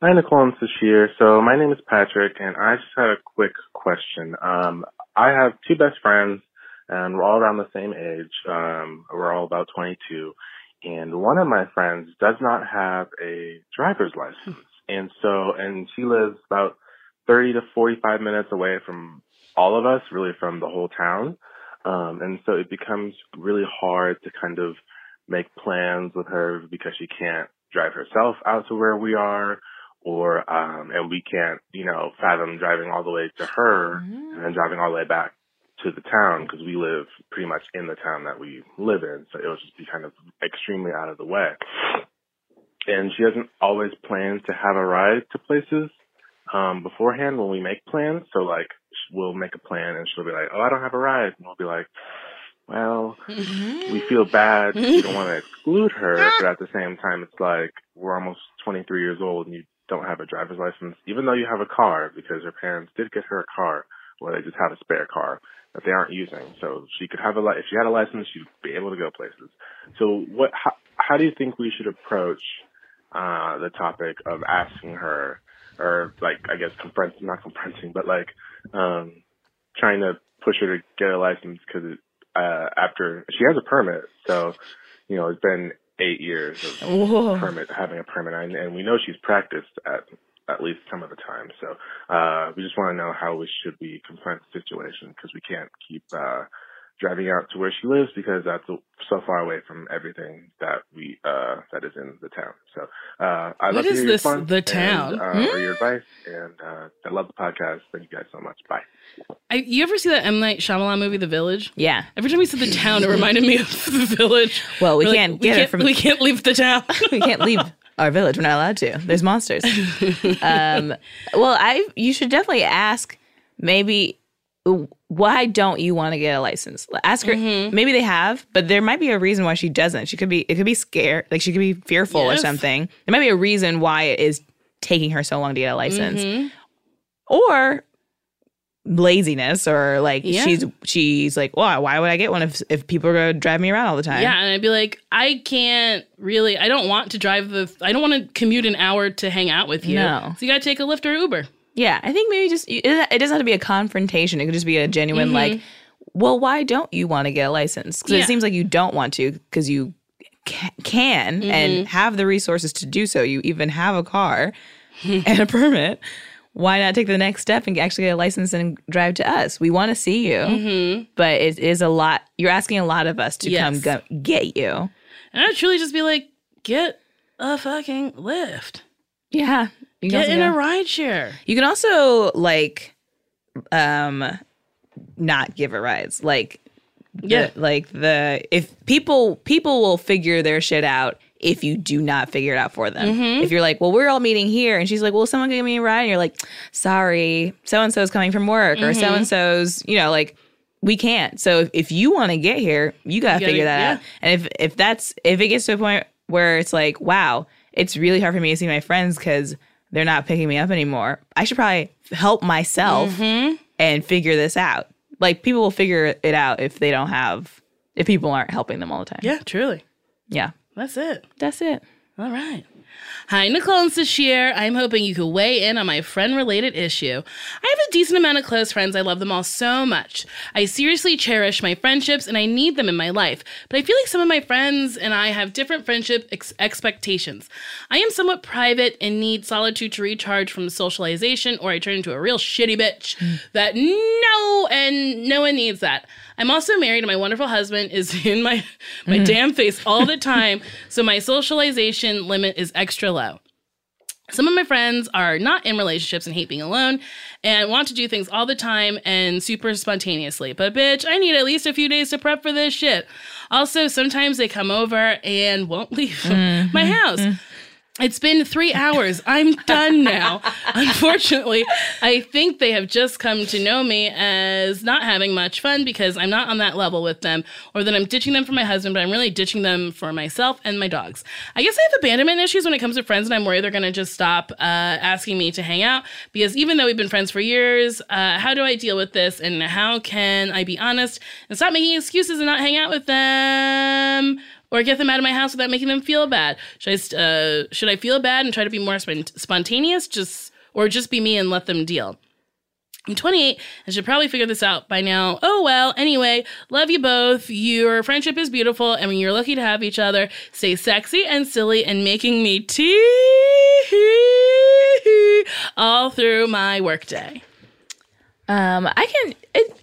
Hi, Nicole and Sashir. So my name is Patrick, and I just had a quick question. Um, I have two best friends, and we're all around the same age. Um, we're all about 22, and one of my friends does not have a driver's license, and so and she lives about 30 to 45 minutes away from all of us, really from the whole town, um, and so it becomes really hard to kind of make plans with her because she can't drive herself out to where we are or um and we can't you know fathom driving all the way to her and then driving all the way back to the town because we live pretty much in the town that we live in so it'll just be kind of extremely out of the way and she doesn't always plan to have a ride to places um beforehand when we make plans so like sh- we'll make a plan and she'll be like oh i don't have a ride and we'll be like well Mm-hmm. we feel bad. We don't want to exclude her, but at the same time, it's like we're almost 23 years old and you don't have a driver's license, even though you have a car, because her parents did get her a car, or they just have a spare car that they aren't using. So she could have a li- if she had a license, she'd be able to go places. So what? How, how do you think we should approach uh, the topic of asking her, or like I guess confront, not confronting, but like um, trying to push her to get a license because it uh, after she has a permit. So, you know, it's been eight years of Oh. Whoa. permit having a permit, and, and we know she's practiced at at least some of the time. So, uh, we just want to know how we should we confront the situation because we can't keep uh, driving out to where she lives because that's so far away from everything that we uh, that is in the town. So, uh, I What love to is hear your this, response the and, town? uh, or your advice, and uh, I love the podcast. Thank you guys so much. Bye. I, you ever see that M. Night Shyamalan movie, The Village? Yeah. Every time we said the town, it reminded me of the village. Well, we We're like, can't get we it from We can't leave the town. [LAUGHS] we [LAUGHS] can't leave our village. We're not allowed to. There's monsters. Um, well, I you should definitely ask. Maybe why don't you want to get a license? Ask her. Mm-hmm. Maybe they have, but there might be a reason why she doesn't. She could be. It could be scared. Like she could be fearful or Yes. something. There might be a reason why it is taking her so long to get a license, Mm-hmm. or laziness, or like Yeah. she's she's like, why? Why would I get one if if people are gonna drive me around all the time? Yeah, and I'd be like, I can't really. I don't want to drive the. I don't want to commute an hour to hang out with you. No. So you gotta take a Lyft or Uber. Yeah, I think maybe just it doesn't it doesn't have to be a confrontation. It could just be a genuine like, well, why don't you want to get a license? Because Yeah. it seems like you don't want to because you ca- can Mm-hmm. and have the resources to do so. You even have a car [LAUGHS] and a permit. Why not take the next step and actually get a license and drive to us? We want to see you, but it is a lot. You're asking a lot of us to come Mm-hmm. Yes. go- get you. And I'd truly just be like, get a fucking Lyft. Yeah, you can Get also in go- a rideshare. You can also like um not give her rides. Like Yeah. the, like the if people people will figure their shit out if you do not figure it out for them. If you're like, "Well, we're all meeting here." And she's like, "Well, someone give me a ride." And you're like, "Sorry, so and so's coming from work or so and so's, you know, like we can't." So if, if you want to get here, you got to gotta- figure that yeah. out. And if if that's if it gets to a point where it's like, wow, it's really hard for me to see my friends because they're not picking me up anymore. I should probably help myself and figure this out. Like people will figure it out if they don't have if people aren't helping them all the time. Yeah, truly. Yeah. That's it. That's it. All right. Hi, Nicole and Sashir. I'm hoping you could weigh in on my friend related issue. I have a decent amount of close friends. I love them all so much. I seriously cherish my friendships and I need them in my life. But I feel like some of my friends and I have different friendship ex- expectations. I am somewhat private and need solitude to recharge from socialization, or I turn into a real shitty bitch Hmm. that no and no one needs that. I'm also married, and my wonderful husband is [LAUGHS] in my my damn face all the time. so my socialization limit is extra low. Some of my friends are not in relationships and hate being alone and want to do things all the time and super spontaneously. But bitch, I need at least a few days to prep for this shit. Also, sometimes they come over and won't [LAUGHS] leave my house. It's been three hours. I'm done now. Unfortunately, I think they have just come to know me as not having much fun because I'm not on that level with them, or that I'm ditching them for my husband, but I'm really ditching them for myself and my dogs. I guess I have abandonment issues when it comes to friends, and I'm worried they're going to just stop uh, asking me to hang out because even though we've been friends for years, uh, how do I deal with this and how can I be honest and stop making excuses and not hang out with them? or get them out of my house without making them feel bad? Should I st- uh, should I feel bad and try to be more spon- spontaneous, just or just be me and let them deal? I'm 28 and should probably figure this out by now. Oh well. Anyway, love you both. Your friendship is beautiful, and when you're lucky to have each other, stay sexy and silly and making me tee all through my workday. Um, I can. It,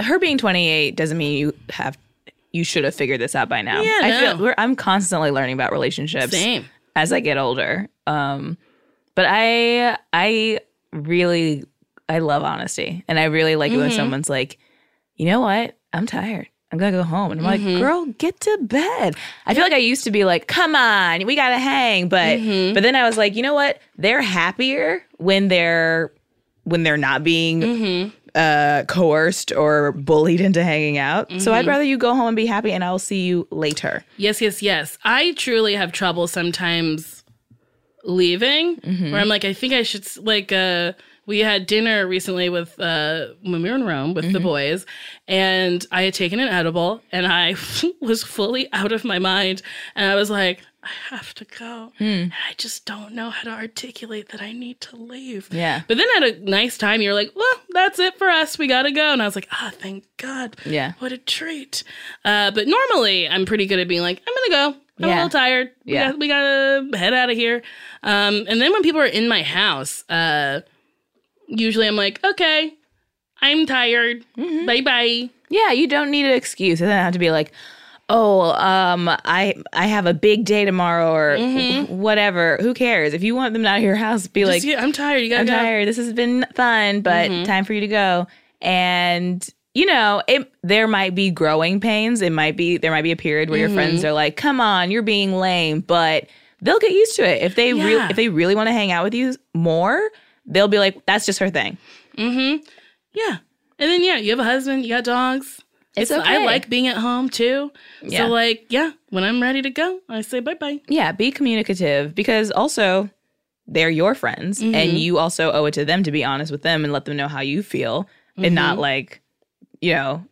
her being 28 doesn't mean you have you should have figured this out by now. Yeah, I no. feel we're, I'm constantly learning about relationships Same. as I get older. Um, but I I really I love honesty, and I really like it when someone's like, you know what, I'm tired. I'm gonna go home, and I'm like, "Girl, get to bed." I feel like I used to be like, "Come on, we gotta hang," but but then I was like, you know what? They're happier when they're when they're not being uh, coerced or bullied into hanging out. So I'd rather you go home and be happy, and I'll see you later. Yes, yes, yes. I truly have trouble sometimes leaving where I'm like, I think I should, s- like, uh, we had dinner recently with, uh, when we were in Rome with the Mm-hmm. boys, and I had taken an edible and I [LAUGHS] was fully out of my mind. And I was like, I have to go. Hmm. And I just don't know how to articulate that I need to leave. Yeah. But then at a nice time, you're like, well, that's it for us. We got to go. And I was like, ah, thank God. Yeah. What a treat. Uh, but normally, I'm pretty good at being like, I'm going to go. I'm a Yeah. little tired. We Yeah. got- We got to head out of here. Um, and then when people are in my house, uh, usually I'm like, okay, I'm tired. Mm-hmm. Bye bye. Yeah, you don't need an excuse. It doesn't have to be like, oh, um, I I have a big day tomorrow or wh- whatever. Who cares? If you want them out of your house, be like, Like, yeah, I'm tired. Mm-hmm. You got to I'm go. tired. This has been fun, but time for you to go. And you know, it there might be growing pains. It might be there might be a period where your friends are like, "Come on, you're being lame," but they'll get used to it if they Yeah. really if they really want to hang out with you more. They'll be like, "That's just her thing." Mm-hmm. Yeah. And then, yeah, you have a husband, you got dogs. It's I okay. like being at home too. Yeah. So, like, yeah, when I'm ready to go, I say bye bye. Yeah, be communicative because also they're your friends Mm-hmm. and you also owe it to them to be honest with them and let them know how you feel and Mm-hmm. not like, you know,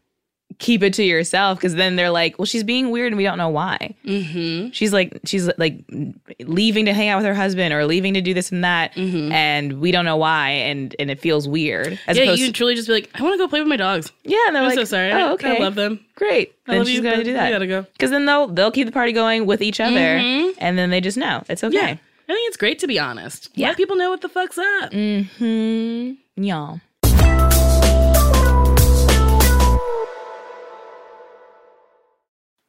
keep it to yourself because then they're like, well, she's being weird and we don't know why. Mm-hmm. She's like, she's like leaving to hang out with her husband or leaving to do this and that. Mm-hmm. And we don't know why. And, and it feels weird. As yeah, opposed you can to, truly just be like, I want to go play with my dogs. yeah, and they're I'm like, so sorry. I- Oh, okay. I love them. Great. I then love she's you, got to but do You that. gotta go. Because then they'll, they'll keep the party going with each other Mm-hmm. and then they just know it's okay. Yeah. I think it's great to be honest. Yeah. Let people know what the fuck's up. Hmm. Y'all.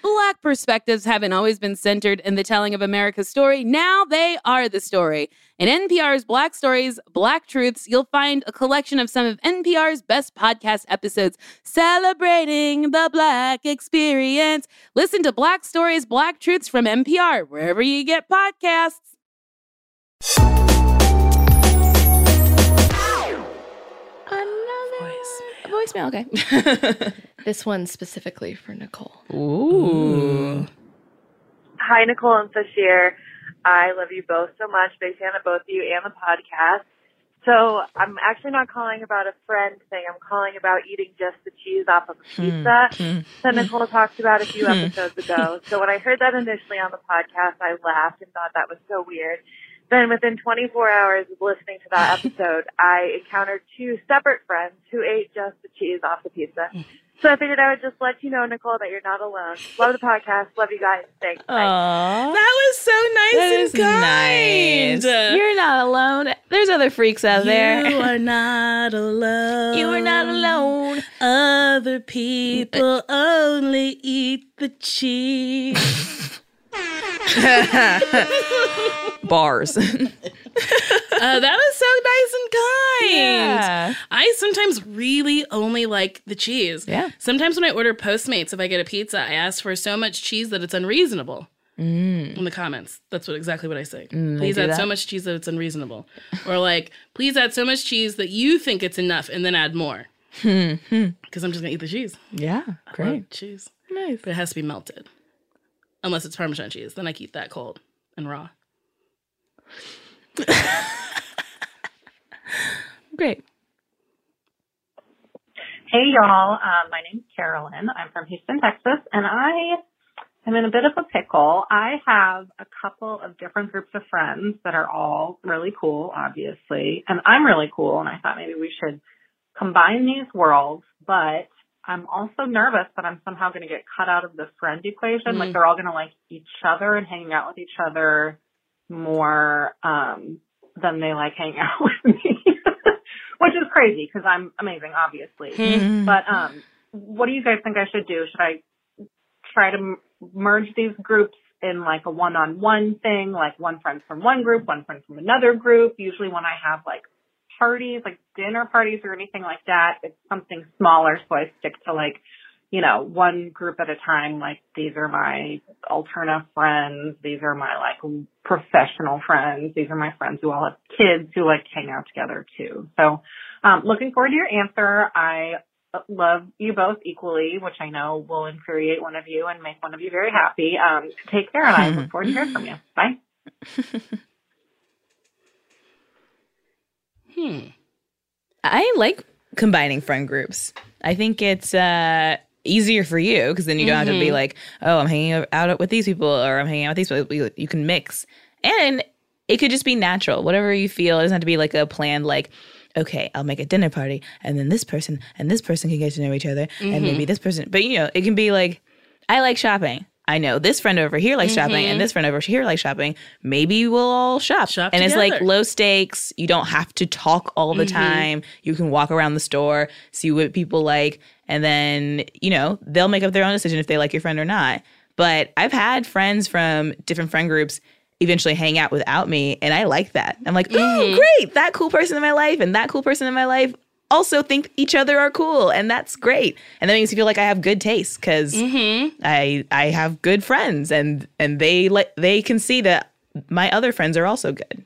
Black perspectives haven't always been centered in the telling of America's story. Now they are the story. In NPR's Black Stories, Black Truths, you'll find a collection of some of NPR's best podcast episodes celebrating the Black experience. Listen to Black Stories, Black Truths from NPR, wherever you get podcasts. Another voicemail. Okay. This one specifically for Nicole. Ooh. Hi, Nicole and Fashir. I love you both so much. Big fan of both of you and the podcast. So I'm actually not calling about a friend thing. I'm calling about eating just the cheese off of a pizza that Nicole talked about a few episodes ago. So when I heard that initially on the podcast, I laughed and thought that was so weird. Then within 24 hours of listening to that episode, I encountered two separate friends who ate just the cheese off the pizza. So I figured I would just let you know, Nicole, that you're not alone. Love the podcast. Love you guys. Thanks. Bye. That Aww. was so nice That and is kind. nice. You're not alone. There's other freaks out there. You are not alone. [LAUGHS] You are not alone. Other people only eat the cheese. [LAUGHS] Bars. uh, that was so nice and kind. yeah. I sometimes really only like the cheese. Yeah. Sometimes when I order Postmates, if I get a pizza, I ask for so much cheese that it's unreasonable. In the comments, that's what exactly what I say. please Mm. do add that? so much cheese that it's unreasonable, or like, please add so much cheese that you think it's enough, and then add more. Because I'm just gonna eat the cheese. Yeah. Great. Love cheese, Nice. but it has to be melted. Unless it's Parmesan cheese, then I can eat that cold and raw. Great. Hey, y'all. Um, my name's Carolyn. I'm from Houston, Texas, and I am in a bit of a pickle. I have a couple of different groups of friends that are all really cool, obviously, and I'm really cool, and I thought maybe we should combine these worlds, but I'm also nervous that I'm somehow going to get cut out of the friend equation. Mm. Like, they're all going to like each other and hanging out with each other more um, than they like hang out with me, which is crazy because I'm amazing, obviously. But um, what do you guys think I should do? Should I try to m- merge these groups in like a one-on-one thing, like one friend from one group, one friend from another group? Usually, when I have like parties, like dinner parties or anything like that, it's something smaller, so I stick to like. You know, one group at a time, like these are my alterna friends, these are my like professional friends, these are my friends who all have kids who like hang out together too. So, um, looking forward to your answer. I love you both equally, which I know will infuriate one of you and make one of you very happy. Um, take care, and I look forward to hearing from you. Bye. Hmm. I like combining friend groups. I think it's uh, easier for you because then you don't have Mm-hmm. to be like, oh, I'm hanging out with these people or I'm hanging out with these people. You- You can mix. And it could just be natural. Whatever you feel, it doesn't have to be like a planned, like, okay, I'll make a dinner party and then this person and this person can get to know each other Mm-hmm. and maybe this person. But you know, it can be like, I like shopping. I know this friend over here likes shopping and this friend over here likes shopping. Maybe we'll all shop. Shop and it's like together. low stakes. You don't have to talk all the time. You can walk around the store, see what people like, and then, you know, they'll make up their own decision if they like your friend or not. But I've had friends from different friend groups eventually hang out without me, and I like that. I'm like, oh, great, that cool person in my life and that cool person in my life. also think each other are cool, and that's great. And that makes me feel like I have good taste because I I have good friends, and and they like they can see that my other friends are also good.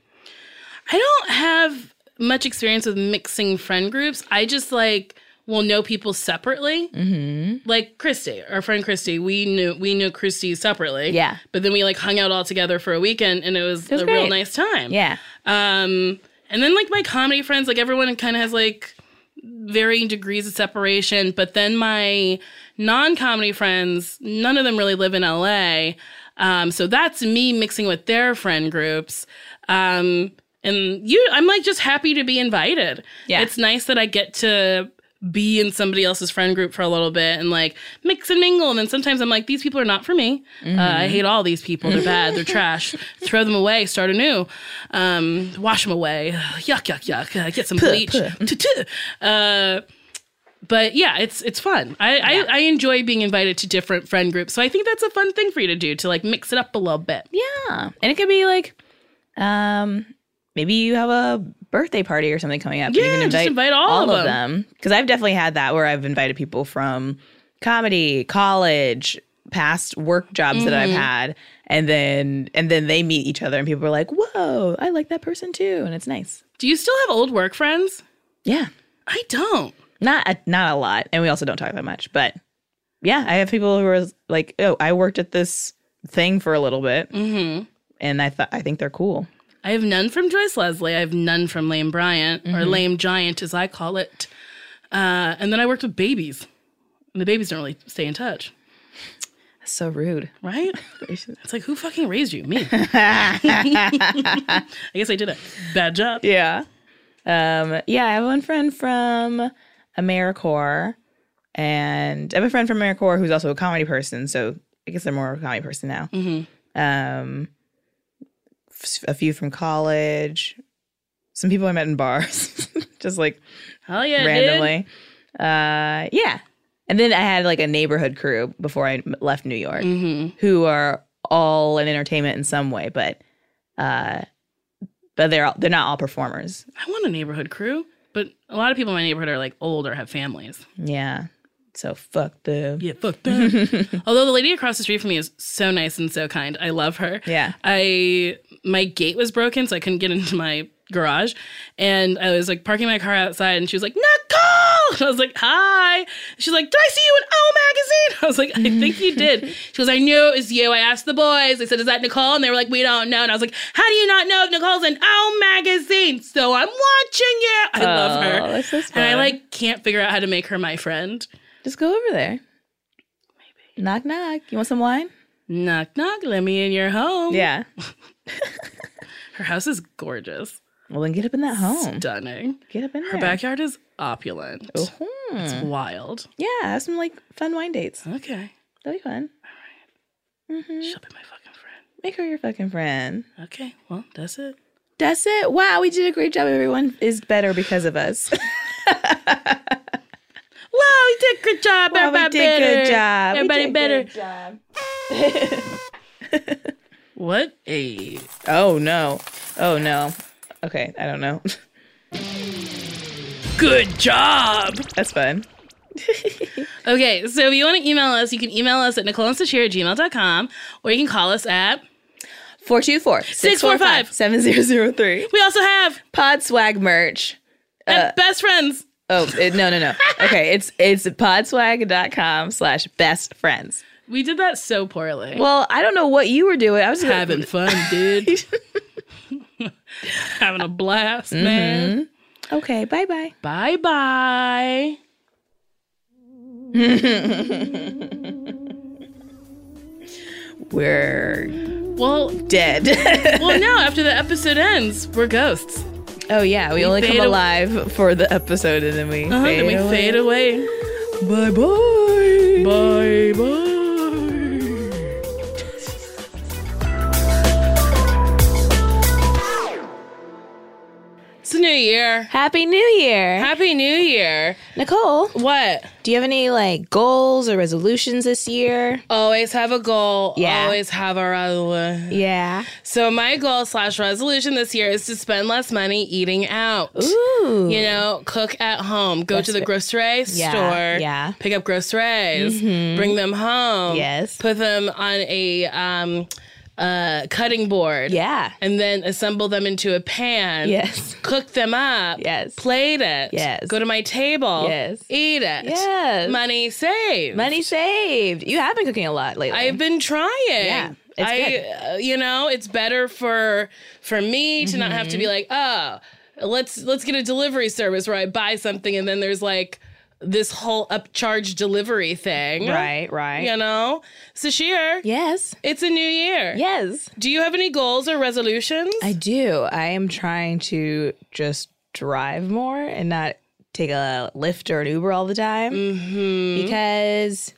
I don't have much experience with mixing friend groups. I just like will know people separately. Mm-hmm. Like Christy, our friend Christy, we knew we knew Christy separately. Yeah. but then we like hung out all together for a weekend, and it was, was a great. real nice time. Yeah, Um, and then like my comedy friends, like everyone kind of has like varying degrees of separation. But then my non-comedy friends, none of them really live in LA. Um, so that's me mixing with their friend groups. Um, and you, I'm like just happy to be invited. Yeah. it's nice that I get to be in somebody else's friend group for a little bit and like mix and mingle. And then sometimes I'm like, these people are not for me. Uh, I Mm-hmm. hate all these people. They're bad. They're [LAUGHS] trash. Throw them away. Start anew. Um, wash them away. Yuck, yuck, yuck. Uh, get some bleach. Tuh, tuh. Uh, but yeah, it's it's fun. I, I I enjoy being invited to different friend groups. So I think that's a fun thing for you to do to like mix it up a little bit. yeah, Uh, and it could be like, um, maybe you have a birthday party or something coming up. and you Yeah, can just invite all of them because I've definitely had that where I've invited people from comedy, college, past work jobs that Mm-hmm. I've had, and then and then they meet each other and people are like, "Whoa, I like that person too," and it's nice. Do you still have old work friends? Yeah, I don't. not a, not a lot, and we also don't talk that much, but yeah, I have people who are like, "Oh, I worked at this thing for a little bit," Mm-hmm. and I thought I think they're cool. I have none from Joyce Leslie. I have none from Lame Bryant or Lame Giant, as I call it. Uh, and then I worked with babies, and the babies don't really stay in touch, That's so rude. [LAUGHS] right? it's like who fucking raised you? [LAUGHS] Me. I guess I did a bad job. Yeah. Um, yeah, I have one friend from AmeriCorps, and I have a friend from AmeriCorps who's also a comedy person. So I guess they're more of a comedy person now. Um, f- a few from college, some people I met in bars, [LAUGHS] just like Hell yeah, dude. randomly. Uh, yeah. And then I had like a neighborhood crew before I m- left New York Mm-hmm. who are all in entertainment in some way, but uh, but they're all, they're not all performers. I want a neighborhood crew, but a lot of people in my neighborhood are like old or have families. Yeah. So fuck them. Yeah, fuck that. [LAUGHS] Although the lady across the street from me is so nice and so kind. I love her. Yeah. I my gate was broken, so I couldn't get into my garage. And I was like parking my car outside and she was like, Nicole! [LAUGHS] And I was like, hi. She's like, Did I see you in O magazine? [LAUGHS] I was like, I think you [LAUGHS] did. She goes, I knew it was you. I asked the boys. I said, Is that Nicole? And they were like, We don't know. And I was like, How do you not know if Nicole's in O magazine? So I'm watching you. I love her. Oh, this is And I fun. like can't figure out how to make her my friend. Just go over there. Maybe. Knock knock. You want some wine? Knock knock, let me in your home. Yeah. Her house is gorgeous. Well then get up in that home. Stunning. Get up in there. Her backyard is opulent. Mhm. It's wild. Yeah, have some like fun wine dates. Hmm. Okay. Hmm. That'll be fun. She'll be my fucking friend. Make her your fucking friend. Okay. Well, that's it. That's it. Wow, we did a great job. Everyone is better because of [LAUGHS] us. Wow, we did a good job. Wow, we Everybody did better. good job. Everybody We did a better. good job. What a Oh no. Oh no. Okay, I don't know. [LAUGHS] good job. That's fun. Okay. So if you want to email us, you can email us at nicoleandstashir at gmail.com or you can call us at. 424 645 7003. We also have Pod swag merch. at Best Friends. Oh, it, no, no, no. Okay, it's it's podswag.com slash best friends. We did that so poorly. Well, I don't know what you were doing. I was just Having fun, [LAUGHS] dude. Having a blast, man. Okay, bye bye. Bye bye. We're Well, dead. [LAUGHS] well, no. After the episode ends, we're ghosts. oh, yeah, we, only come fade aw- alive for the episode and then we Uh-huh, fade then we away. fade away. Bye bye. Bye bye. It's a new year. Happy New Year. Happy New Year. Nicole, What? do you have any like goals or resolutions this year? Always have a goal. Yeah. Always have a resolution. Yeah. So my goal slash resolution this year is to spend less money eating out. Ooh. You know, cook at home. Go to the grocery Yeah, store. yeah. Mm-hmm. Pick up groceries. Bring them home. Yes. Put them on a um, uh, cutting board. Yeah. And then assemble them into a pan. Yes. Cook them up. Yes. Plate it. Yes. Go to my table. Yes. Eat it. Yes. Money saved. Money saved. You have been cooking a lot lately. I've been trying. Yeah, it's I, good. uh, you know, it's better for for me to not have to be Mm-hmm. like, oh, let's let's get a delivery service where I buy something and then there's like this whole upcharge delivery thing, right, right. You know, Sashir, Yes. it's a new year. Yes. Do you have any goals or resolutions? I do. I am trying to just drive more and not take a Lyft or an Uber all the time Hmm. because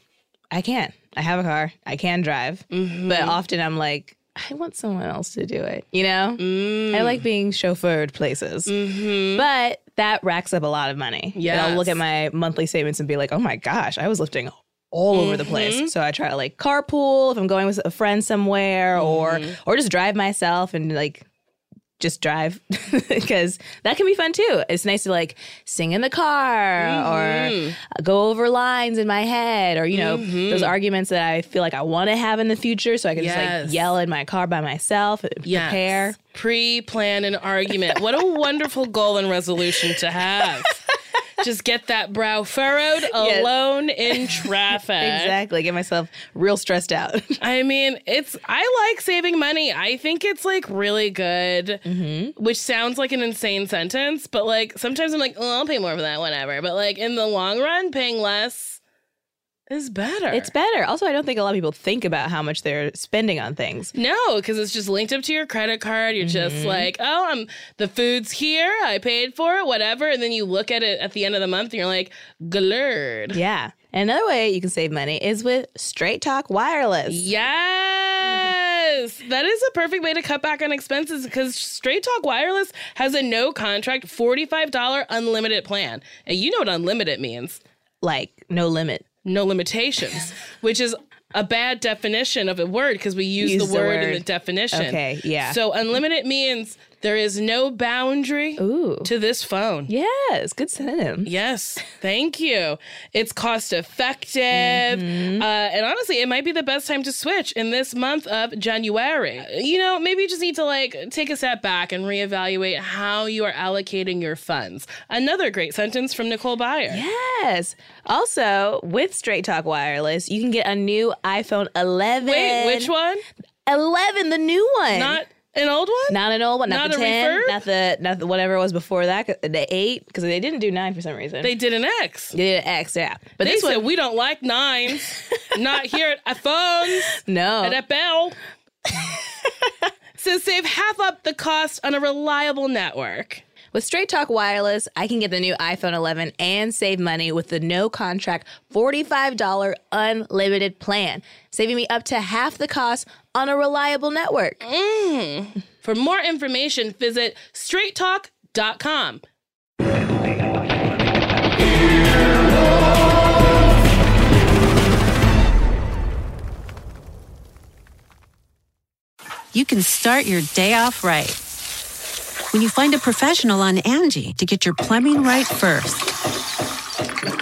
I can. I have a car. I can drive, but often I'm like, I want someone else to do it. You know, I like being chauffeured places, but that racks up a lot of money. Yeah, I'll look Yes. at my monthly statements and be like, oh my gosh, I was lifting all over the place. So I try to like carpool if I'm going with a friend somewhere, or or just drive myself and like just drive [LAUGHS] because that can be fun too. It's nice to like sing in the car Mm-hmm. or go over lines in my head or, you know, those arguments that I feel like I want to have in the future. So I can just Yes. like yell in my car by myself, uh, Yes. prepare. Pre-plan an argument. What [LAUGHS] a wonderful goal and resolution to have. Just get that brow furrowed alone [LAUGHS] in traffic. Exactly. Get myself real stressed [LAUGHS] out. I mean, it's I like saving money. I think it's like really good, Mm-hmm. which sounds like an insane sentence, but like sometimes I'm like, oh, I'll pay more for that, whatever. But like in the long run, paying less is better. it's better. Also, I don't think a lot of people think about how much they're spending on things. no, because it's just linked up to your credit card. You're just like, oh, I'm the food's here. I paid for it, whatever. And then you look at it at the end of the month, and you're like, glurred. Yeah. And another way you can save money is with Straight Talk Wireless. Yes. That is a perfect way to cut back on expenses because Straight Talk Wireless has a no contract $45 unlimited plan. And you know what unlimited means Like, no limit. no limitations, which is a bad definition of a word because we use, the, word in the definition. Okay, yeah. So unlimited means there is no boundary Ooh. to this phone. Yes. Good synonym. Yes, thank you. It's cost effective. Mm-hmm. Uh, and honestly, it might be the best time to switch in this month of January. You know, maybe you just need to like take a step back and reevaluate how you are allocating your funds. Another great sentence from Nicole Byer. Yes. Also, with Straight Talk Wireless, you can get a new iPhone 11. Wait, which one? 11, the new one. Not an old one? Not an old one, not, not the a 10, refurb? not the not the whatever it was before that, 'cause- the 8 cuz they didn't do 9 for some reason. they did an X. They did an X, yeah. But They this said one we don't like [LAUGHS] nines. Not here at iPhones. no. at Bell. [LAUGHS] so save half up the cost on a reliable network. With Straight Talk Wireless, I can get the new iPhone 11 and save money with the no contract $45 unlimited plan, saving me up to half the cost on a reliable network. For more information, visit straighttalk.com. you can start your day off right. When you find a professional on Angie to get your plumbing right first,